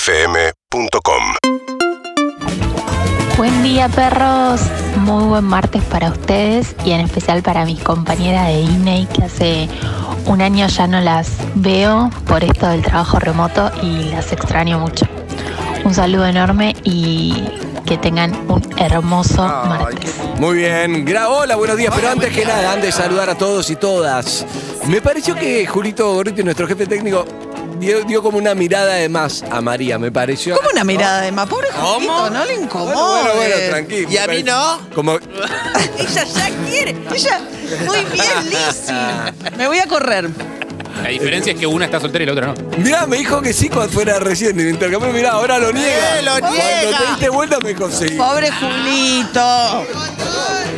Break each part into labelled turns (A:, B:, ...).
A: UrbanaPlayFM.com
B: Buen día perros, muy buen martes para ustedes y en especial para mis compañeras de INEI que hace un año ya no las veo por esto del trabajo remoto y las extraño mucho. Un saludo enorme y que tengan un hermoso martes.
C: Muy bien, Gra- hola, buenos días. Pero antes que nada, antes de saludar a todos y todas, me pareció que Julito Gorriti, nuestro jefe técnico, dio, dio como una mirada de más a María, me pareció.
D: Como una mirada de más pobre Julito, no le incomoda.
C: Bueno, bueno, bueno, tranquilo.
E: ¿Y a mí no?
C: Como,
D: Ella ya quiere, ella, muy bien, Lizzy. Me voy a correr.
F: La diferencia es que una está soltera y la otra no.
C: mirá, me dijo que sí cuando fuera recién en el intercambio. Mirá, ahora lo niega.
E: ¡Eh, lo
C: Cuando
E: niega!
C: te diste vuelta me conseguí.
D: Pobre Julito.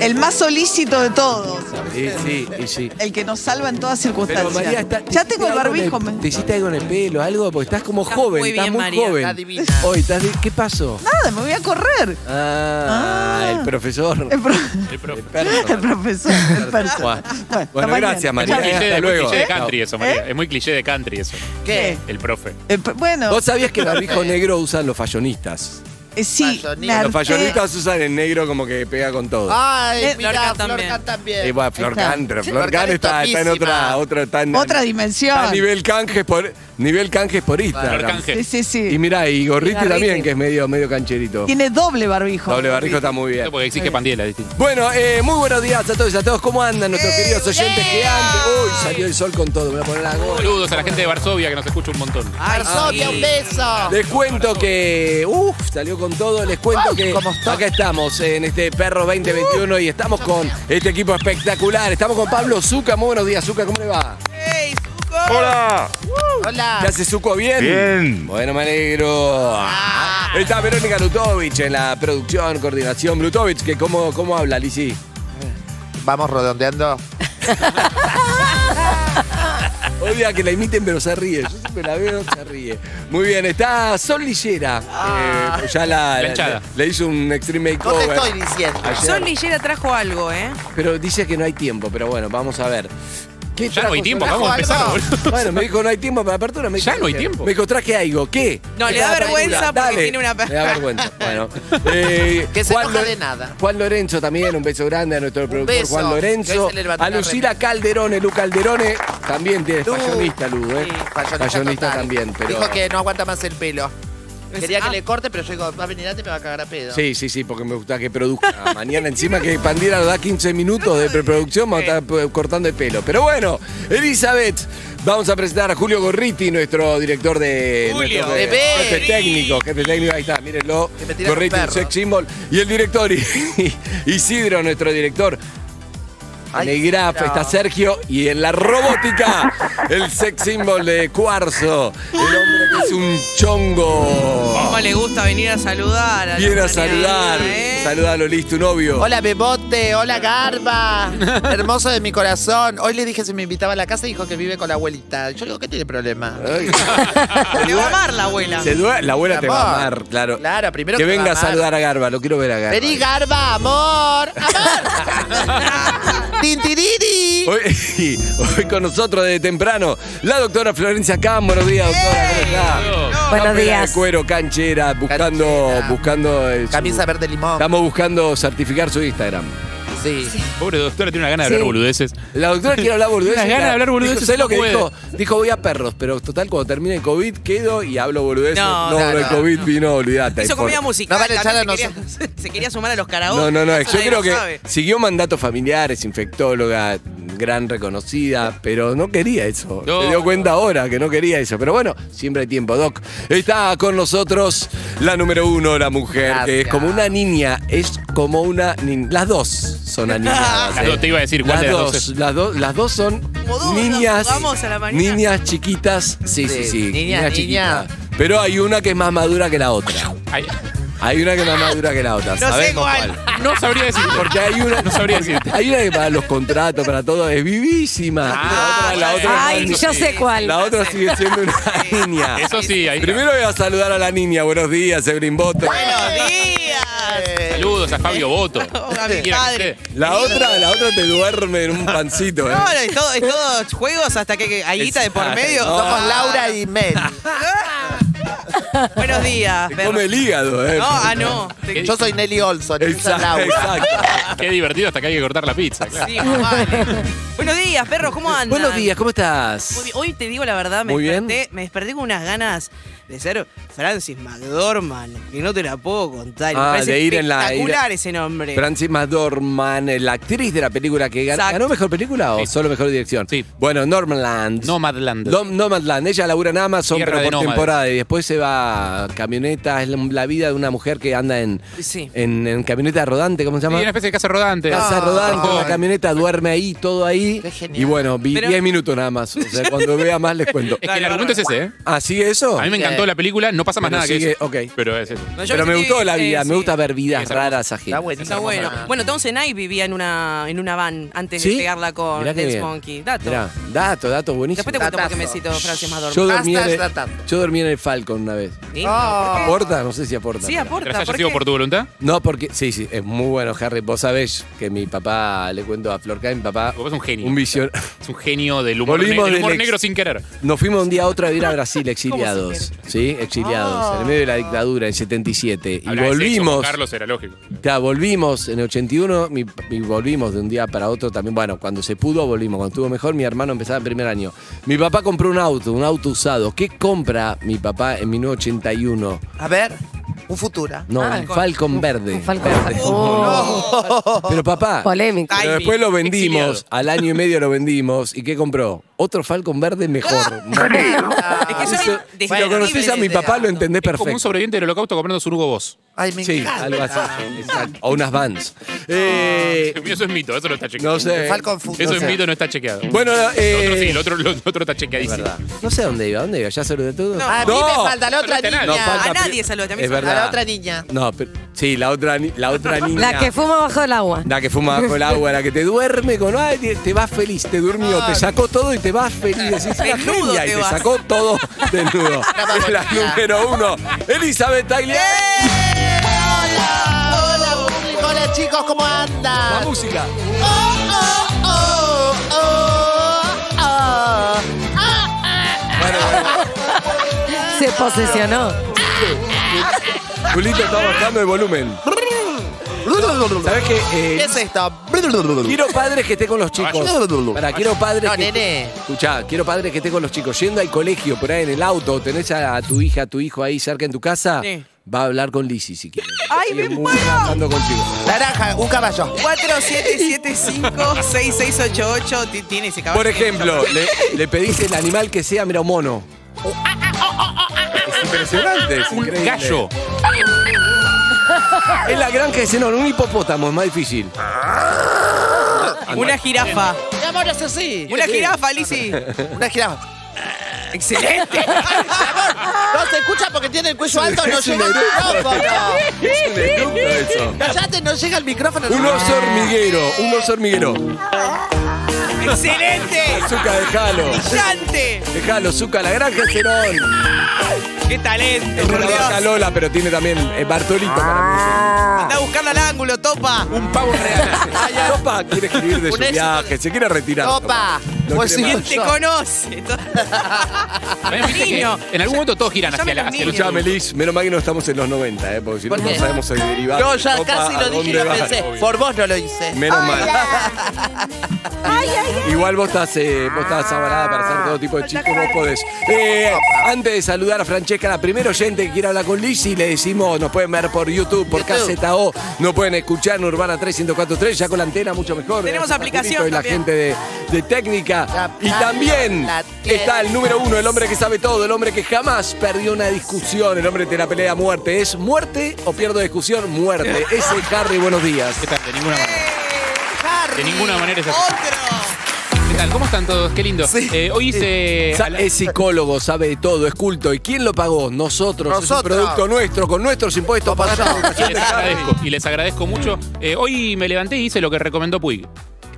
D: El más solícito de todos.
C: Sí, sí, y sí.
D: El que nos salva en todas
C: Pero
D: circunstancias.
C: María, está,
D: ya tengo el barbijo. me-
C: ¿Te hiciste algo en el pelo, algo? Porque estás como
G: Estás
C: joven,
G: muy
C: estás
G: bien,
C: muy
G: María,
C: joven.
E: está divina.
C: Hoy, estás di- ¿qué pasó?
D: Nada, me voy a correr.
C: Ah,
D: Ah.
C: el profesor.
D: El, pro-
F: El
C: El
F: profe.
D: el
C: perro.
D: profesor, el perso.
C: Bueno,
D: hasta
C: Bueno,
D: mañana.
C: gracias,
F: Es muy
C: María.
F: cliché,
C: Hasta
F: de, muy
C: luego.
F: cliché de country eso, María.
D: ¿Eh?
F: Es muy cliché de country eso.
D: ¿Qué?
F: El profe.
D: El pro- Eh, bueno,
C: Vos sabías que el barbijo negro usan los fallonistas.
D: eh, sí, me
E: Los
C: Los
D: harté.
C: fallonistas usan el negro como que pega con todo.
D: Eh,
E: Ay, mira,
G: Florca
E: Florca
G: también.
E: también.
C: Eh, bueno, Flor
D: está.
C: Kahn, pero
E: Ah, Sí,
C: Flor
E: Flor Kahn
C: Kahn
E: es
C: está, está en otra,
E: topísima.
C: otra, está en-
D: Otra dimensión.
C: está a nivel canjes por, nivel canjes por Instagram.
F: Flor Cángel.
D: Sí, sí, sí.
C: Y mirá, y Gorriti
G: Y Gorriti.
C: también, que es medio, medio cancherito.
D: Tiene doble barbijo.
C: Doble barrijo está muy bien.
F: Esto Porque exige pandiela, distinto.
C: Bueno, eh, muy buenos días a todos y a todos. ¿Cómo andan nuestros queridos oyentes que antes? Uy, salió el sol con todo. Me voy a poner la gorra.
F: Saludos a la gente de Varsovia que nos escucha un montón.
E: Ah, Varsovia, un beso.
C: Les cuento que. Uf, salió con todo. Les cuento que. Acá estamos en este Perro 2021 y estamos con este equipo espectacular. Estamos con Pablo Zuca. Muy buenos días, Zuca. ¿Cómo le va?
H: Hola.
C: ¿Te
E: Hola.
C: hace Zuco bien?
H: Bien.
C: Bueno, me alegro. Está Verónica Lutovich en la producción, coordinación. Lutovich, que ¿cómo, cómo habla, Lisi?
E: Vamos redondeando.
C: Odia que la imiten, pero se ríe. Yo siempre la veo, se ríe. Muy bien, está Sol Lillera. Eh, ya la, la-
F: Planchada.
C: le, le hizo un extreme
E: No te
C: makeover.
E: estoy diciendo.
C: Ayer.
G: Sol Lillera trajo algo, ¿eh?
C: Pero dice que no hay tiempo, pero bueno, vamos a ver. ¿Qué
F: Ya no
C: trajo
F: hay tiempo,
C: Sol?
F: acabamos a empezar,
E: algo.
F: boludo.
C: Bueno, me dijo no hay tiempo para apertura. Me dijo,
F: Ya no hay tiempo.
C: Me dijo traje algo. ¿Qué?
G: No, le da
C: Estaba
G: vergüenza
C: apertura.
G: porque
C: Dale.
G: tiene una
C: Le da vergüenza. Bueno. Eh,
E: Que se
C: Juan
E: enoja
C: Lo-
E: de nada.
C: Juan Lorenzo también, un beso grande a nuestro productor
E: beso,
C: Juan
E: que
C: Lorenzo.
E: hoy se le levantó
C: A
E: la
C: Lucila Calderone, Lu Calderone. También tiene
E: Lu.
C: fallonista, Lu, ¿eh? Fallonista
E: total.
C: también, pero.
E: Dijo que no aguanta más el pelo.
G: Es-
E: Quería que
G: ah.
E: le corte, pero yo digo, va a venir antes y me va a cagar a pedo.
C: Sí, sí, sí, porque me gusta que produzca. Ah, Mañana encima que Pandira nos da 15 minutos de preproducción, vamos a estar eh, cortando el pelo. Pero bueno, Elizabeth, vamos a presentar a Julio Gorriti, nuestro director de...
E: Julio,
C: nuestro de-
E: bebé.
C: jefe técnico, jefe técnico, ahí está, mírenlo.
E: Que me tira los
C: Gorriti, un
E: perros.
C: sex symbol. Y el director, y- Isidro, nuestro director. En
E: Ay,
C: el graf
E: Isidro.
C: está Sergio y en la robótica el sex symbol de Cuarzo, el hombre que es un chongo.
G: ¿Cómo le gusta venir a saludar? la
C: Oh. Viene a
G: mañana,
C: saludar.
G: ¿eh?
C: Saludalo, Liz, tu novio.
E: Hola Bebote, hola Garba, hermoso de mi corazón. Hoy le dije si me invitaba a la casa y dijo que vive con la abuelita. Yo digo, ¿qué tiene problema?
C: Ay.
G: Le va a amar la abuela.
C: Se due- la abuela te va a
E: Amor.
C: amar, claro.
E: Claro, primero
C: que
E: te va
C: venga a
E: a amar.
C: saludar a Garba, lo quiero ver a Garba.
E: Vení Garba, amor, amor. Tintiriri.
C: Hoy, hoy con nosotros desde temprano, la doctora Florencia Kahn. Buenos días, doctora. ¿Cómo está? Campera
I: Buenos
C: De
I: días.
C: cuero, canchera, buscando.
E: Canchera.
C: buscando eh, su-
E: Camisa verde limón.
C: Estamos buscando certificar su Instagram.
E: Sí.
F: Pobre doctora, tiene una gana de hablar
I: Sí.
F: boludeces.
C: La doctora quiere hablar boludeces.
F: Unas ganas de hablar
C: Dijo,
F: boludeces,
C: ¿sabés lo
F: no
C: que
F: puede.
C: dijo? Dijo, voy a perros, pero total, cuando termine el COVID, quedo y hablo boludeces.
G: No,
C: no,
G: claro,
C: el COVID vino, olvídate.
G: Hizo comida
C: Por-
G: musical.
E: No van a echar
G: también
E: a
G: se, quería, se quería sumar a los karaoke.
C: No, no, no. Yo
G: Nadie
C: creo
G: lo
C: que
G: sabe.
C: siguió mandatos familiares, infectóloga, gran reconocida, pero no quería eso.
F: No.
C: Se dio cuenta ahora que no quería eso. Pero bueno, siempre hay tiempo, Doc. Está con nosotros la número uno, la mujer, que es
E: Gracias.
C: como una niña. Es como una niña. Las dos son aniñadas.
F: Las
C: eh.
F: dos, te iba a decir, ¿cuál
C: Las
F: de las dos
C: dos,
F: es?
C: las, do- las dos son
G: Como dos,
C: niñas,
G: nos jugamos a la mañana.
C: niñas chiquitas, sí, sí,
E: Sí,
C: sí,
E: niña,
C: chiquita.
E: niña.
C: Pero hay una que es más madura que la otra.
F: Ay,
C: Hay una que es más madura que la otra.
G: No sé
C: Sabemos
G: cuál.
F: no sabría decir.
C: porque hay una,
F: No sabría
C: porque
F: decirte.
C: Hay una que para los contratos, para todo, es vivísima.
F: Ah,
C: la otra, la
I: Ay,
C: otra,
I: yo sé cuál.
C: la otra sigue siendo una niña.
F: Eso sí, ahí.
C: Primero voy a saludar a la niña. Buenos días, Evelyn Boto.
G: Buenos días.
F: Saludos a Fabio Boto.
G: A mi
F: Quiera que
G: padre.
F: esté.
C: La otra, la otra te duerme en un pancito. ¿eh?
G: No, no,
C: Ah.
G: es todo, es todo juegos hasta que, que hay guita de por medio.
C: No.
E: Somos Laura y Mel.
G: Buenos días.
C: Te
G: Fer.
C: come el hígado, ¿eh?
G: No, ah, no. Te-
E: Yo soy Nelly Olson, Elsa
C: Exacto,
E: Laura.
C: exacto.
F: Qué divertido hasta que hay que cortar la pizza. claro.
G: Sí, más vale. Buenos días, perros, ¿cómo andan?
C: Buenos días, ¿cómo estás?
G: Hoy- Hoy te digo la verdad, me
C: Muy bien.
G: desperté, me desperté con unas ganas de ser Francis McDormand, que no te la puedo contar. Me
C: Ah,
G: parece
C: de ir en la-
G: espectacular
C: ir a-
G: ese nombre.
C: Francis McDormand, eh, la actriz de la película que ganó.
G: Exacto.
C: ¿Ganó mejor película o
F: Sí.
C: solo mejor dirección?
F: Sí.
C: Bueno, Normanland.
F: Nomadland.
C: Dom- Nomadland. Ella labura en Amazon,
F: Tierra
C: pero
F: de
C: por
F: nómades.
C: temporada. Y después se va a camioneta. Es la- la vida de una mujer que anda en,
G: Sí.
C: en, en camioneta rodante, ¿cómo se
F: Sí,
C: llama?
F: una especie de casa rodante. Ah.
C: Casa rodante,
F: Ojo.
C: una camioneta, duerme ahí, todo ahí.
E: Qué genial.
C: Y bueno, vi
G: Pero-
C: 10 minutos nada más. O sea, cuando vea más les cuento.
F: Es que el argumento es ese, ¿eh?
C: ¿Así eso?
F: A mí me encantó la película, no pasa más
C: Pero
F: nada
C: sigue-
F: que eso.
C: ok.
F: Pero es eso.
G: No, yo
C: Pero me
G: recibí-
C: gustó la
G: sí,
C: vida,
G: eh, sí.
C: me gusta ver vidas
F: Está hermoso.
C: raras ajenas.
E: Está buenísimo.
G: Está bueno.
I: Ah.
G: Bueno, Tom Senay vivía en una, en una van antes
C: ¿Sí?
G: de pegarla con
C: Mirá qué
G: Dance
C: bien.
G: Monkey. Dato.
C: Mirá, dato, dato, buenísimo.
G: Después te cuento por qué me
E: Datazo.
G: citó Francis McDormand.
C: Yo dormí, en
E: Hashtag
C: el,
E: dato.
C: yo dormí en el Falcon una vez.
G: Sí,
E: Oh.
C: ¿Aporta? No sé si aporta.
G: Sí,
F: Tras
G: aporta.
F: haya
G: ¿por
F: sido
G: qué?
F: por tu voluntad.
C: No, porque. Sí, sí, es muy bueno, Harry. Vos sabés que mi papá, le cuento a Florca, mi papá.
F: Vos sos un genio.
C: Un visión.
F: Es un genio del humor,
C: Volvimos
F: ne- del
C: del
F: humor
C: ex-
F: negro sin querer.
C: Nos fuimos de un día a otro a vivir a Brasil, exiliados. ¿Sí? Exiliados. En el medio de la dictadura, en 77. Y
F: Hablaba de sexo con
C: volvimos.
F: Carlos era lógico.
C: Ya, volvimos en el 81 mi- y volvimos de un día para otro también. Bueno, cuando se pudo, volvimos. Cuando estuvo mejor, mi hermano empezaba en primer año. Mi papá compró un auto, un auto usado. ¿Qué compra mi papá en 1981?
E: A ver, un futura.
C: No, un Ah. Falcon verde. Verde. Oh. Pero papá,
I: Polémico.
C: pero
G: Ay,
C: después lo vendimos,
F: exiliado.
C: al año y medio lo vendimos. ¿Y qué compró? Otro Falcon verde mejor.
G: Es que son
C: Eso- si lo
G: descriptibles
C: conoces a mi
G: ese
C: papá, lo
G: dato.
C: entendés
F: Es como un
C: perfecto.
F: sobreviviente del holocausto comprando su Hugo Boss.
E: Ay, me
C: Sí,
E: encanta.
C: algo así. Exacto. O unas vans. Eh,
F: Eso es mito, eso no está chequeado.
C: no sé.
E: Falcon Futura.
F: Eso
C: no
F: es
C: sé.
F: mito, no está chequeado.
C: Bueno,
F: Lo otro sí,
C: eh,
F: el otro, lo otro está chequeadísimo.
C: No sé dónde iba, ¿dónde iba? ¿Ya saludé todo?
G: No.
E: A mí me falta la otra
F: No,
E: niña.
F: no
C: falta
G: a
C: pri-
G: nadie saludaste, a mí
C: Es
G: solo.
E: A
C: verdad.
E: la otra niña.
C: No, pero- sí, la otra, ni- la otra niña.
I: La que fuma bajo el agua.
C: La que fuma bajo el agua, la que te duerme con. Ay, te, te vas feliz, te durmió, te sacó todo y te vas feliz. Decís, "Era
G: Desnudo
C: genia",
G: te
C: y te
G: vas.
C: sacó todo desnudo. Es la número uno, Elizabeth Tagliani.
G: ¡Eh!
E: Hola, público. Hola, chicos, ¿cómo
C: La
E: andan?
C: música.
E: Oh, oh, oh, oh, oh.
C: Bueno, bueno.
I: Se posesionó.
C: Julito está bajando el volumen. ¿Sabes qué? Eh,
E: oh. ¿Qué es esto?
C: Quiero padres que esté con los chicos.
E: Caballo.
C: Para, quiero padres
E: No,
C: que.
E: nene.
C: Escuchá, quiero padres que esté con los chicos. Yendo al colegio, por ahí en el auto, tenés a, a tu hija, a tu hijo ahí cerca en tu casa,
G: Sí.
C: va a hablar con Lizzy si quieres.
G: Ay,
C: Sigue
G: me
C: muy
G: muero.
C: hablando con chicos.
E: Naranja, un caballo.
G: 4775-6688 Ti- tiene ese caballo.
C: Por ejemplo, le, le pedís el animal que sea, mira, un mono. Es impresionante. es
F: Un
C: increíble.
F: gallo.
C: En la granja es enorme, un hipopótamo es más difícil.
G: Una jirafa.
E: Mi amor, es así.
G: Una jirafa, Lizzy.
E: Una jirafa.
G: Excelente.
E: No se escucha porque tiene el cuello alto, no
C: Es un
E: llega el
C: eructo.
E: micrófono.
C: Es un eructo eso.
E: Cállate, no llega el micrófono.
C: Un oso hormiguero, un oso hormiguero.
G: Excelente.
C: Azúcar, dejalo.
G: Brillante.
C: Dejalo, azúcar, la granja es enorme.
G: Qué talento,
C: Es
G: por
C: una vaca
G: Dios.
C: Lola, pero tiene también eh, Bartolito para
G: Anda a buscarla al ángulo, topa.
C: mí. Un pavo real. Topa quiere escribir de su
E: Un éxito.
C: viaje, se quiere retirar.
E: Opa.
C: No
E: Pues
C: quiere
E: sí.
C: más.
G: Te conoce.
F: También me parece que
G: Niño.
F: En algún momento todos giran
G: Llame
F: hacia la.
G: los
F: hacia los-
G: niños.
C: Escuchame, Liz, menos mal que no estamos en los 90, ¿eh? porque si no,
E: ¿Por
C: no
E: qué?
C: sabemos el derivado.
E: Yo ya
C: Opa,
E: casi
C: ¿a
E: lo dije y
C: dónde
E: lo
C: va?
E: pensé. Por vos no lo hice.
C: Menos mal. Igual vos estás, eh, vos
E: Ah.
C: estás avalada para hacer todo tipo de chistes, vos podés. Eh, antes de saludar a Francesca, la primera oyente que quiera hablar con Liz, y le decimos, nos pueden ver por YouTube, por
E: YouTube.
C: KZO, nos pueden escuchar en Urbana 3043, ya con la antena mucho mejor.
G: Tenemos
C: Gracias a
G: aplicación
C: Julito Y la
G: también.
C: gente de, de técnica.
E: La
C: Y
E: plata,
C: también
E: la
C: está el
E: tierra.
C: número uno, el hombre que sabe todo, el hombre que jamás perdió una discusión, el hombre que te la pelea a muerte. ¿Es muerte o pierdo discusión? Muerte. Ese Harry, buenos días.
F: ¿Qué tal? De ninguna manera. De ninguna manera es así. ¿Qué tal? ¿Cómo están todos? Qué lindo.
E: Sí.
F: Eh, hoy hice.
C: Sa- Es psicólogo, sabe de todo, es culto. ¿Y quién lo pagó? Nosotros. Es un
E: Nosotros.
C: producto nuestro, con nuestros impuestos para
F: Y les agradezco, y les agradezco mucho. Eh, hoy me levanté y hice lo que recomendó Puig.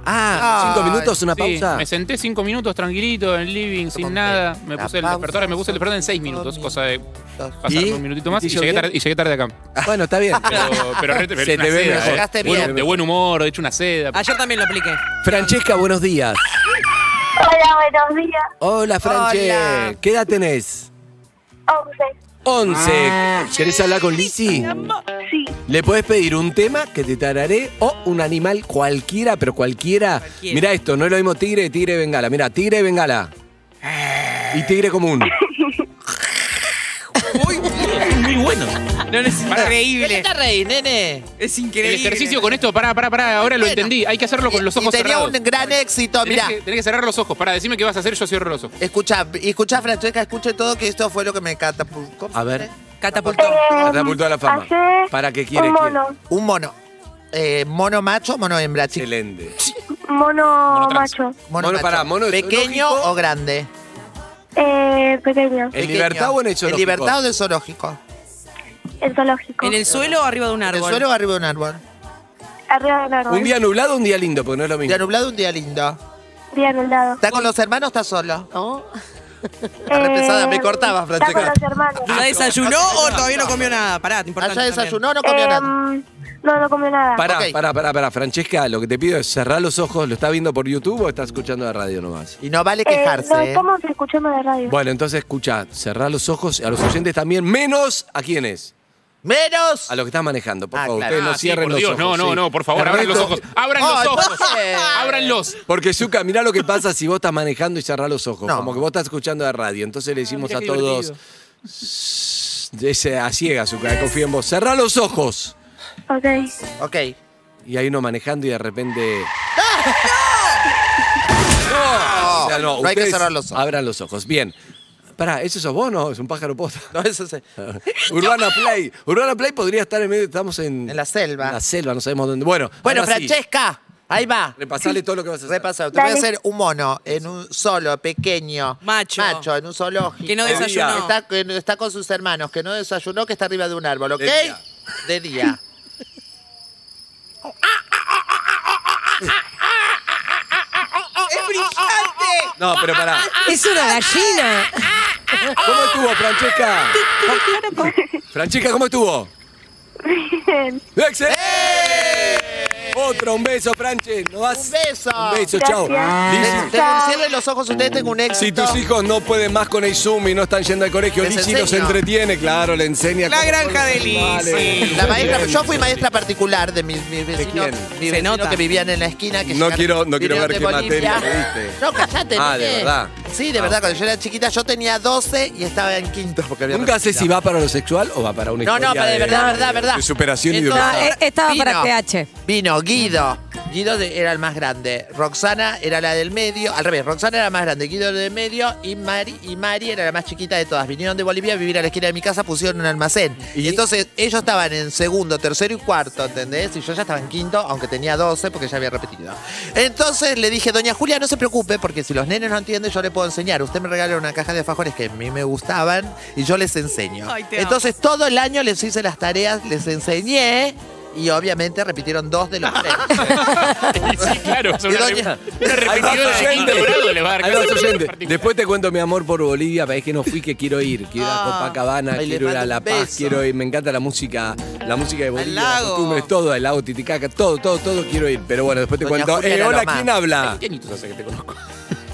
C: Ah, cinco minutos, una
F: Sí,
C: pausa.
F: Me senté cinco minutos tranquilito en el living, sin nada. Me
E: La
F: puse el
E: pausa.
F: despertador, y me puse el despertador en seis minutos, cosa de pasar
C: ¿Y?
F: un minutito más.
C: ¿Y
F: Y,
C: te
F: llegué
C: hizo
F: tarde,
C: bien?
F: y llegué tarde acá.
C: Bueno, está bien.
F: Pero, pero re- pero
C: Se
F: una
C: te ve
F: seda,
C: mejor. Ah,
F: eh.
E: Llegaste
F: Bueno,
E: bien.
F: De buen humor, he hecho una seda.
G: Ayer también lo apliqué.
C: Francesca, buenos días.
J: Hola, buenos días.
C: Hola, Franche.
E: Hola.
C: ¿Qué edad tenés?
J: 11.
C: 11.
E: Ah.
C: ¿Querés hablar con Lizzy?
J: Sí,
C: Le podés pedir un tema que te tararé o un animal cualquiera, pero cualquiera.
J: Cualquiera.
C: Mira esto, no es lo mismo tigre, tigre, bengala. Mira, tigre, bengala.
E: Eh.
C: Y tigre común.
F: Es muy bueno. No necesito.
E: ¿Qué
G: Increíble.
E: te reí, nene?
G: Es
F: El
G: increíble.
F: ejercicio con esto, pará, pará, pará, ahora lo
E: Bueno.
F: entendí. Hay que hacerlo con los
E: Y
F: ojos
E: tenía
F: cerrados.
E: un gran éxito,
F: Tenés
E: mirá.
F: que, tenés que cerrar los ojos. Pará, decime qué vas a hacer, yo cierro los ojos.
E: Escucha, escucha, Francesca, escuche todo que esto fue lo que me catapultó.
C: A ver.
G: Catapultó.
C: Catapultó a la fama.
J: hacer
C: ¿Para qué quiere?
J: Em, un mono,
E: Un mono. Eh, mono macho, mono hembra, chico.
C: Excelente.
J: mono
F: trans.
J: macho,
E: Mono,
C: Mono,
E: macho.
C: pará, mono
E: ¿Pequeño
C: zoológico.
E: o grande?
J: eh, pequeño,
C: ¿En
E: Pequeño.
C: libertad o en el zoológico?
E: ¿En libertad o en el zoológico?
J: el zoológico,
G: ¿En el suelo o arriba de un
E: ¿En
G: árbol?
E: el suelo o arriba de un árbol?
J: arriba de un árbol,
C: Un día nublado, un día lindo, porque no es lo mismo.
E: Día nublado, un día lindo.
J: día anulado.
E: ¿Está con los hermanos o está solo?
I: ¿No?
E: Está re pesada, me cortabas,
J: Eh, Está con
E: Francesca.
J: los hermanos.
G: ¿Ya desayunó o todavía no comió nada? Pará, importante.
E: ¿Allá desayunó o no comió nada?
J: Em, no, no comió nada.
C: Pará,
E: Ok.
C: pará, pará, pará. Francesca, lo que te pido es cerrar los ojos. ¿Lo estás viendo por YouTube o estás escuchando la radio nomás?
E: Y no vale
J: Eh, no,
E: quejarse, ¿eh?
J: estamos escuchando de radio.
C: Bueno, entonces escucha, cerrar los ojos a los oyentes también, menos a quiénes,
E: ¡Menos!
C: a los que están manejando, por
E: Ah,
C: favor.
E: claro.
C: Ustedes
F: Ah,
C: no
F: sí,
C: cierren
F: por
C: los
F: Dios,
C: ojos.
F: No, no,
C: sí.
F: no, por favor,
C: El
F: abran los
C: resto-
F: ojos. Abran los
E: Ay,
F: ojos.
E: no sé.
F: Ábranlos.
C: Porque, Zuka, mirá lo que pasa si vos estás manejando y cerrás los ojos.
E: No.
C: Como que vos estás escuchando la radio. Entonces le decimos a todos. Ese, a ciega, Zuka, confío en vos. Cerrá los ojos.
J: Ok.
E: Ok.
C: Y hay uno manejando y de repente. O sea,
E: ¡Ah! No hay que
C: ustedes
E: cerrar los ojos.
C: Abran los ojos. Bien. Pará, ¿eso sos vos no? Es un pájaro posta.
E: No, eso se...
C: Urbana Play. Urbana Play podría estar en medio. Estamos en.
E: En la selva.
C: En la selva, no sabemos dónde. Bueno,
E: Bueno,
C: ahora sí,
E: Francesca, ahí va.
C: repasale todo lo que vas a hacer.
E: Repasado. Te voy a
J: Dale.
E: hacer un mono en un solo, pequeño.
G: Macho.
E: Macho, en un zoológico.
G: Que no
C: Día.
G: desayunó.
E: Está, que no- está con sus hermanos, que no desayunó, que está arriba de un árbol, ¿ok?
C: De día.
E: De día.
G: ¡Es brillante!
C: No, pero pará.
I: Es una gallina.
C: ¿Cómo estuvo, Francesca? Francesca, ¿cómo estuvo?
J: Bien.
C: ¡Excelente! Otro, un beso, Franche. Nos das
E: ¡Eh! Un beso.
C: Un beso, chao.
J: Gracias.
C: Lizzy,
E: Te-
J: Chao.
E: Cierren los ojos, ustedes tengo un éxito.
C: Si tus hijos no pueden más con el Zoom y no están yendo al colegio,
E: Les
C: Lizzy los
E: enseño.
C: entretiene, claro, le enseña.
G: La
C: cómo son
G: granja
C: los
G: de
C: animales.
G: Lizzy.
E: La maestra, yo fui maestra particular de mis, mis vecinos,
C: quién?
E: mis
G: Se
E: vecinos
G: nota.
E: que vivían en la esquina.
C: No
E: Que llegaron-
C: quiero- no quiero
E: vinieron
C: ver
E: de
C: qué
E: Bolivia.
C: materia le diste.
E: No, callate.
C: Ah, ¿de
E: nene.
C: verdad?
E: Sí, de verdad. Cuando yo era chiquita, yo tenía 12 y estaba en quinto. Porque había
C: Nunca sé si
E: retirado.
C: va para lo sexual o va para una
E: No,
C: historia
E: no, pero de verdad, verdad, verdad.
C: de superación y de
E: Esto-
I: Ah,
C: humildad.
I: eh, estaba para PH.
E: Vino Guido. Guido de- era el más grande. Roxana era la del medio. Al revés, Roxana era la más grande. Guido era del medio. Y Mari, y Mari era la más chiquita de todas. Vinieron de Bolivia a vivir a la esquina de mi casa, pusieron un almacén. Y, entonces ellos estaban en segundo, tercero y cuarto, ¿entendés? Y yo ya estaba en quinto, aunque tenía 12 porque ya había repetido. Entonces le dije, doña Julia, no se preocupe, porque si los nenes no entienden, yo le puedo enseñar. Usted me regala una caja de alfajores que a mí me gustaban y yo les enseño.
G: Ay, te amo.
E: entonces entonces, todo el año les hice las tareas, les enseñé y obviamente repitieron dos de los tres.
F: Sí, claro. Es una,
E: doña-
F: re- una repetidora de quinto grado le va a dar
C: Ahí
F: clase.
C: vas, oyente. Después te cuento mi amor por Bolivia, pero es que no fui, que quiero ir. Quiero ir a Copacabana,
E: Ay, Ah, le
C: quiero ir a
E: mando
C: La
E: un
C: Paz,
E: beso.
C: quiero ir. Me encanta la música, la música de Bolivia, las
G: lago.
C: costumbres, todo, el lago Titicaca, todo, todo, todo quiero ir. Pero bueno, después te
E: Doña
C: cuento.
E: Julia
C: Eh,
E: era
C: hola,
E: lo más.
C: ¿quién habla?
F: ¿Qué añitos hace que te conozco?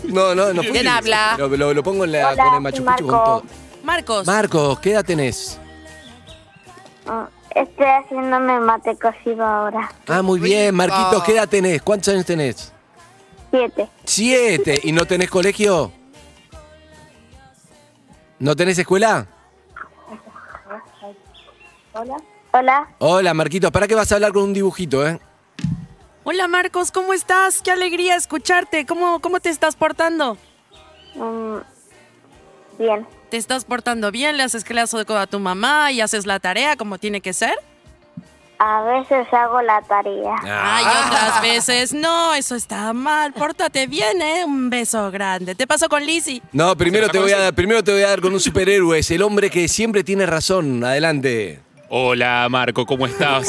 C: No, no, no fui.
E: ¿Quién habla?
C: Lo, lo- lo pongo en la,
J: Hola,
C: con el Machu
J: soy
C: Picchu con
J: Marco.
C: todo.
G: Marcos.
C: Marcos, ¿qué edad tenés?
J: Ah, Estoy haciéndome mate cocido ahora.
C: Ah, muy bien, Marquitos, ¿qué edad tenés? ¿Cuántos años tenés?
J: Siete.
C: Siete. ¿Y no tenés colegio? ¿No tenés escuela?
J: Hola.
C: Hola, Marquitos, ¿para qué vas a hablar con un dibujito, eh?
I: Hola Marcos, ¿cómo estás? Qué alegría escucharte. ¿Cómo, cómo te estás portando?
J: Mm, bien.
I: ¿Te estás portando bien? ¿Le haces clase a tu mamá y haces la tarea como tiene que ser?
J: A veces hago la tarea.
F: Ah.
I: Ay,
C: Ah.
I: otras veces no, eso está mal. Pórtate bien, ¿eh? Un beso grande. Te paso con Lizzie.
C: No, primero
F: Se
C: te,
F: la
C: voy a
F: conoce.
C: dar, primero te voy a dar con un superhéroe, es el hombre que siempre tiene razón. Adelante.
F: Hola, Marco, ¿cómo estás?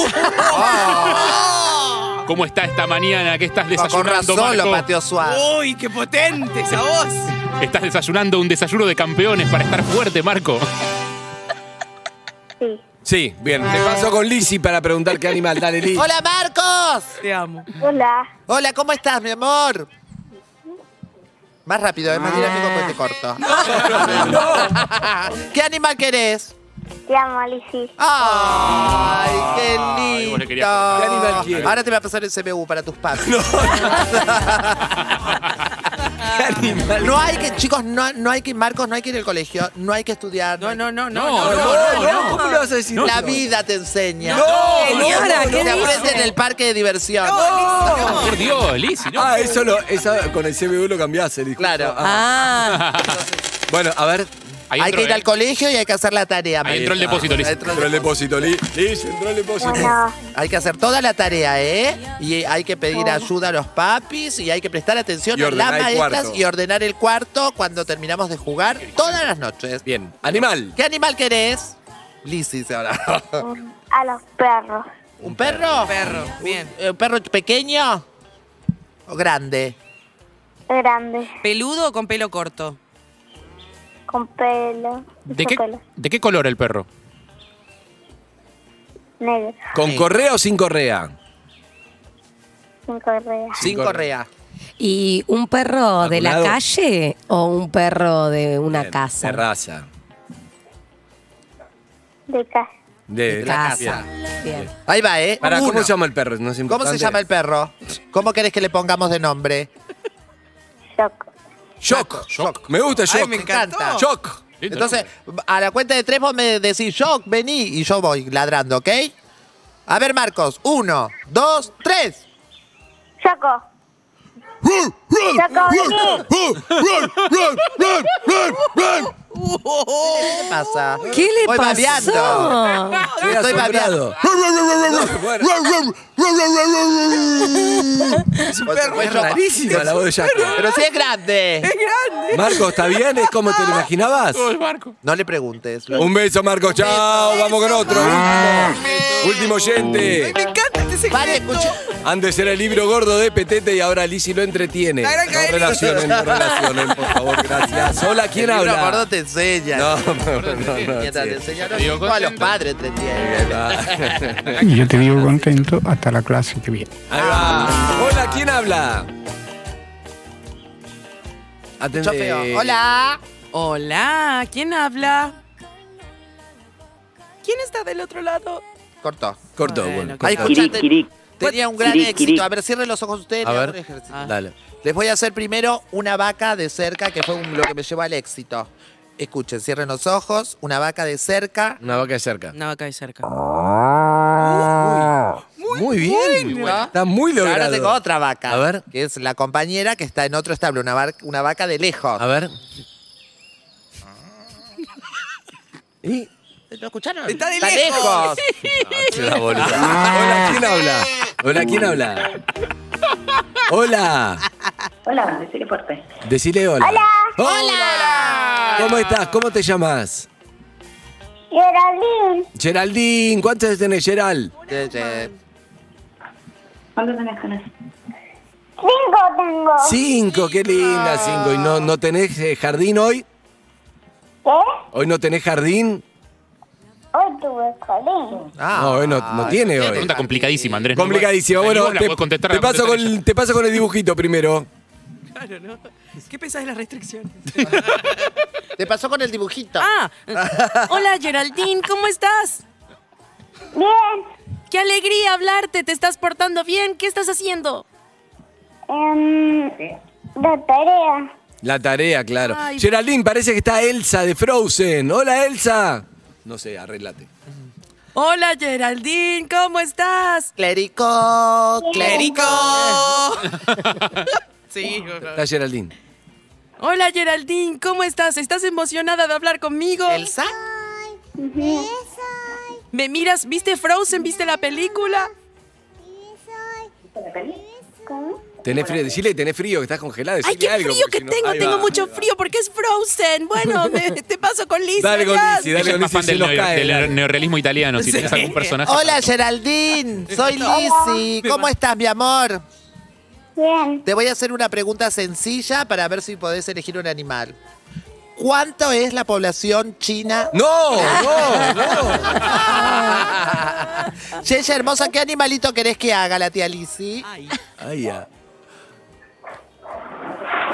F: ¿Cómo está esta mañana? ¿Qué estás
E: Ah. Con
F: desayunando,
E: razón lo
F: Marco?
E: pateó suave.
G: ¡Uy, qué potente esa voz!
F: Estás desayunando un desayuno de campeones para estar fuerte, Marco.
J: Sí.
C: Sí, bien. Te paso con Lizzy para preguntar qué animal. Dale, Lizzy.
E: ¡Hola, Marcos!
G: Te amo.
J: Hola.
E: Hola, ¿cómo estás, mi amor? ¿eh? Más rápido, es más dinámico porque te corto. ¿Qué este animal querés?
J: Te amo,
C: Eh.
J: Lizzy.
E: ¡Ay,
F: Ay,
E: qué
F: vos le querías
E: lindo!
F: preguntar.
C: ¿Qué animal quiere?
E: Ahora te voy a pasar el CBU para tus padres. No, hay que, chicos, no, no hay que, Marcos, no hay que ir al colegio, no hay que estudiar.
G: No, no, no, no.
F: No,
G: No,
F: no, no.
C: ¿Cómo le vas a decir
E: La
C: eso?
E: vida te enseña.
C: No,
G: señora, ¿qué
E: Te aprende
G: dice?
E: en el parque de diversión.
F: No, Por Dios, Lizzy, no.
C: Ah, eso lo, esa, con el CBU lo cambiaste, el discurso.
E: Claro.
C: Ah.
G: Ah,
C: Bueno, a ver,
F: Ahí
E: hay
F: entró,
E: que ir
F: eh.
E: al colegio y hay que hacer la tarea.
F: Ahí
E: Mari.
F: entró el depósito, Lizzy.
E: Entró el
C: entró el depósito, Liz. Liz, entró el depósito.
J: Bueno,
E: Hay que hacer toda la tarea, ¿eh? Y hay que pedir ayuda a los papis y hay que prestar atención
C: Y
E: a las
C: ordenar el
E: maestras
C: cuarto.
E: y ordenar el cuarto cuando terminamos de jugar todas las noches.
C: Bien, animal.
E: ¿Qué animal querés? Lizzy se habla.
J: mm, a los perros.
E: ¿Un perro?
G: perro, bien.
E: Eh, ¿Un perro pequeño? ¿O grande?
J: Grandes.
G: ¿Peludo o con pelo corto?
J: Con pelo.
F: ¿De
J: mucho
F: qué,
J: pelo.
F: ¿De qué color el perro?
J: Negro.
C: ¿Con correa o sin correa?
J: Sin correa.
E: Sin correa.
K: ¿Y un perro de la
C: Adulado.
K: calle o un perro de una
C: Bien,
K: casa?
C: De raza.
J: De casa.
C: De
K: Casa.
C: Bien.
K: Bien.
E: Ahí va, ¿eh?
C: Pará, ¿cómo
E: Uno.
C: se llama el perro? ¿No es
E: ¿Cómo se
C: importante?
E: llama el perro? ¿Cómo querés que le pongamos de nombre?
J: Shock.
C: Shock. Shock. Me gusta Shock.
G: me encanta.
C: Shock.
F: Lindo.
E: Entonces, a la cuenta de tres vos me decís, yo, vení, y yo voy ladrando, ¿ok? A ver, Marcos, uno, dos, tres.
J: Choco. Choco, vení.
E: ¿Qué pasa?
K: ¿Qué le
E: Voy babeando.
K: pasó?
C: Estoy
E: Estoy
C: asombrado. Bueno,
E: Por
C: es
E: supuesto.
C: rarísima la voz de Jack.
E: Pero si es grande.
C: Marco, ¿está bien? ¿Es como te lo imaginabas?
E: No le preguntes. lo-
C: Un beso, Marco. Chao. Vamos con otro. Último oyente.
G: Me encanta este segmento.
E: Vale, escucha.
C: Antes era el libro gordo de Petete y ahora Lizzy lo entretiene. No
G: gran cadena.
C: relacionen, no relacionen, por favor, gracias. Hola, ¿quién
E: El libro gordo
C: habla?
E: te enseña.
C: No, no, no, no,
E: Mientras te
C: sí.
E: enseña,
F: Te digo
E: no, a los
F: contento.
E: padres entretiene.
L: Y yo te digo contento hasta la clase que viene.
C: Ahí va. Hola, ¿quién habla?
E: Yo
C: Atende.
E: feo. Hola.
I: Hola, ¿quién habla? ¿Quién está del otro lado?
E: Cortó.
C: Cortó,
I: Bueno,
C: bueno.
I: cortó.
E: Ay,
C: cortó.
E: escucha, te- Tenía un gran éxito. A ver, cierren los ojos ustedes.
C: A
E: le hago
C: ver. Ah.
E: un ejercicio.
C: Dale.
E: Les voy a hacer primero una vaca de cerca, que fue un- lo que me llevó al éxito. Escuchen, cierren los ojos, una vaca de cerca.
C: Una vaca de cerca.
G: Una vaca de cerca.
C: Ah. Muy, bien.
E: buena.
C: Está muy
E: Pero
C: logrado.
E: Ahora tengo otra vaca.
C: A ver.
E: Que es la compañera que está en otro establo, una, var- una vaca de lejos.
C: A ver. ¿Y?
E: ¿Lo escucharon?
G: Está de
E: lejos.
C: Se Ah, la boluda. Hola, ¿quién habla? Hola, ¿quién habla? Hola.
J: Hola, decirle fuerte.
C: Decile hola. Hola. Hola. ¿Cómo estás? ¿Cómo te llamas?
J: Geraldine.
C: Geraldine. ¿Cuántos tenés, Gerald?
E: Che, che.
J: ¿Cuánto tenés con eso? Cinco tengo.
C: Cinco, qué linda, cinco. ¿Y no, no tenés eh, jardín hoy?
J: ¿Qué?
C: ¿Hoy no tenés jardín?
J: Hoy tuve colín.
E: Ah.
C: no, hoy no, no tiene
F: Una
C: hoy.
F: pregunta complicadísima, Andrés.
C: Complicadísimo.
F: Ni vos
C: Bueno,
F: la
C: te,
F: podés contestar,
C: te
F: la
C: paso
F: contestan ellos.
C: con, te paso con el dibujito primero.
I: Claro, ¿no? ¿Qué pensás de las restricciones?
E: Te pasó con el dibujito.
I: Ah, hola Geraldine, ¿cómo estás?
J: Bien.
I: Qué alegría hablarte, te estás portando bien, ¿qué estás haciendo?
J: Em, la tarea.
C: La tarea, claro.
I: Ay.
C: Geraldine, parece que está Elsa de Frozen. Hola, Elsa. No sé, arréglate.
I: Hola Geraldine, ¿cómo estás?
E: Clérico, clérico.
G: Sí, por favor.
C: Está Geraldine.
I: Hola Geraldine, ¿cómo estás? ¿Estás emocionada de hablar conmigo?
E: Elsa.
I: ¿Me miras? ¿Viste Frozen? ¿Viste la película?
J: ¿Cómo?
C: Tenés frío, decile que tenés frío, que estás congelada.
I: ¡Ay,
C: decile Pues
I: qué
C: algo,
I: frío
C: porque
I: que
C: si no-
I: tengo!
C: Ahí
I: Tengo
C: va.
I: mucho frío porque es Frozen. Bueno, me- te paso con Lizzie.
C: Dale con
I: adiós.
C: Lizzie,
F: Ella
C: dale
F: es
C: con
F: más
C: Lizzie,
F: fan
C: se
F: del,
C: nos
F: neo-
C: cae.
F: del
C: dale.
F: neorrealismo italiano, si
G: Sí.
F: tenés algún personaje.
E: Hola, Geraldine. Soy Lizzy. ¿Cómo estás, mi amor?
J: Bien.
E: Te voy a hacer una pregunta sencilla para ver si podés elegir un animal. ¿Cuánto es la población china?
C: No, no, no.
E: Yeya hermosa, ¿qué animalito querés que haga la tía Lizzy?
C: Ay, ya.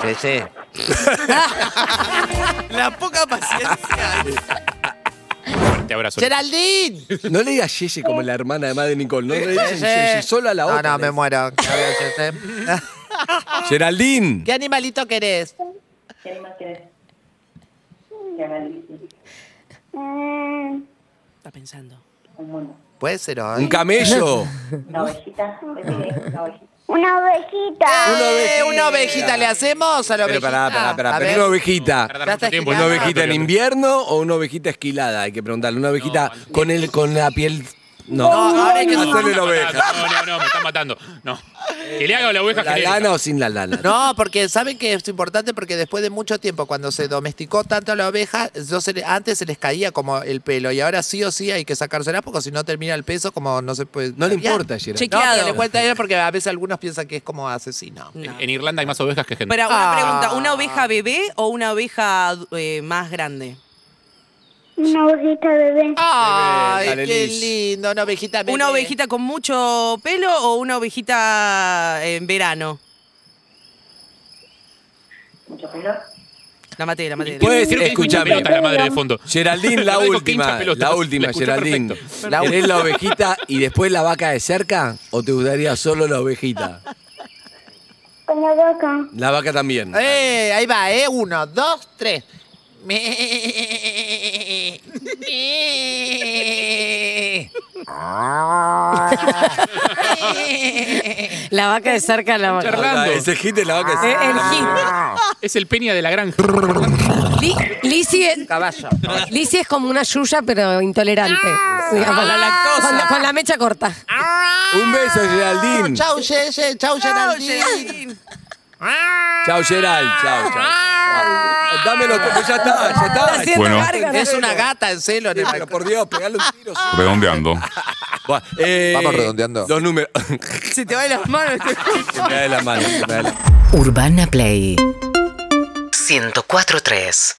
E: Yeye.
G: La poca paciencia.
F: Te abrazo.
E: ¡Geraldine!
C: No le digas Yeye como la hermana de Madre Nicole. No le digas Yeye, solo a la otra.
E: No, no, me muero.
C: Geraldine.
E: ¿Qué animalito querés?
J: ¿Qué animal querés? Un
I: Está pensando.
J: mono.
E: Puede ser hoy.
C: Un camello.
J: Una ovejita. Una
F: Ah.
J: ovejita.
E: Una ovejita. eh, ¿Una ovejita le hacemos a la
C: Pero
E: ovejita?
C: pará, pará, pará.
E: A
C: Pero
E: ver.
C: una ovejita.
E: Ya está
F: tiempo,
C: ¿Una
E: esquilada.
C: ovejita en invierno o una ovejita esquilada? Hay que preguntarle. ¿Una ovejita con, el, con la piel.? No.
E: No, ahora hay que-
C: Hacerle la oveja.
F: No, no, no, me están matando. No. Que le haga la oveja
C: ¿La
F: genérica.
C: lana o sin la lana?
E: No, porque saben que es importante porque después de mucho tiempo, cuando se domesticó tanto la oveja, yo se le- antes se les caía como el pelo y ahora sí o sí hay que sacársela porque si no termina el peso como no se puede...
C: No le importa, Gerard.
E: No,
I: Chequeado.
E: pero le cuenta a ella porque a veces algunos piensan que es como asesino.
F: En, en Irlanda hay más ovejas que gente.
I: Pero una
E: Ah.
I: pregunta, ¿una oveja bebé o una oveja eh, más grande?
J: Una ovejita bebé.
E: Ay,
C: Dale,
E: qué
C: Liz.
E: lindo, una ovejita. bebé.
I: ¿Una ovejita con mucho pelo o una ovejita en verano?
J: Mucho pelo.
I: La maté, la maté.
C: Puede
F: Quiero que escucha
C: escúchame.
F: pelota la madre de fondo.
C: Geraldine, la
F: Lo dijo
C: última.
F: hincha pelotas.
C: La última,
F: escuché
C: Geraldine.
F: perfecto.
C: La ¿Querés la ovejita y después la vaca de cerca? ¿O te gustaría solo la ovejita?
J: Con la boca.
C: La vaca también.
E: Eh, ahí va, eh. Uno, dos, tres.
K: La vaca de cerca, la vaca.
F: Charlando.
C: Ese hit Ah, es la vaca de
K: Eh,
C: cerca. Ah.
K: el hit.
F: Es el peña de la granja.
K: Li- Lizzy es,
E: Caballo.
K: Lizzy es como una yuya, pero intolerante.
I: Ah.
K: Sí, con, la
I: lactosa.
K: con la- con la mecha corta.
C: Un beso, Geraldine. Chao,
E: Chau, Yeye, chau, Geraldine.
C: Gerald. Chao, chao. Dame los pues ya está, ya está.
K: Haciendo
M: Bueno.
K: gárgaras.
E: Es una gata en celo.
C: Sí,
E: no hay-
C: pero por Dios, pegale un tiro. sí.
M: Redondeando.
C: Buah, eh,
E: Vamos redondeando.
C: Los números.
G: Se te va de las manos.
C: Se me da de la mano. se me da de la-
N: Urbana Play 104.3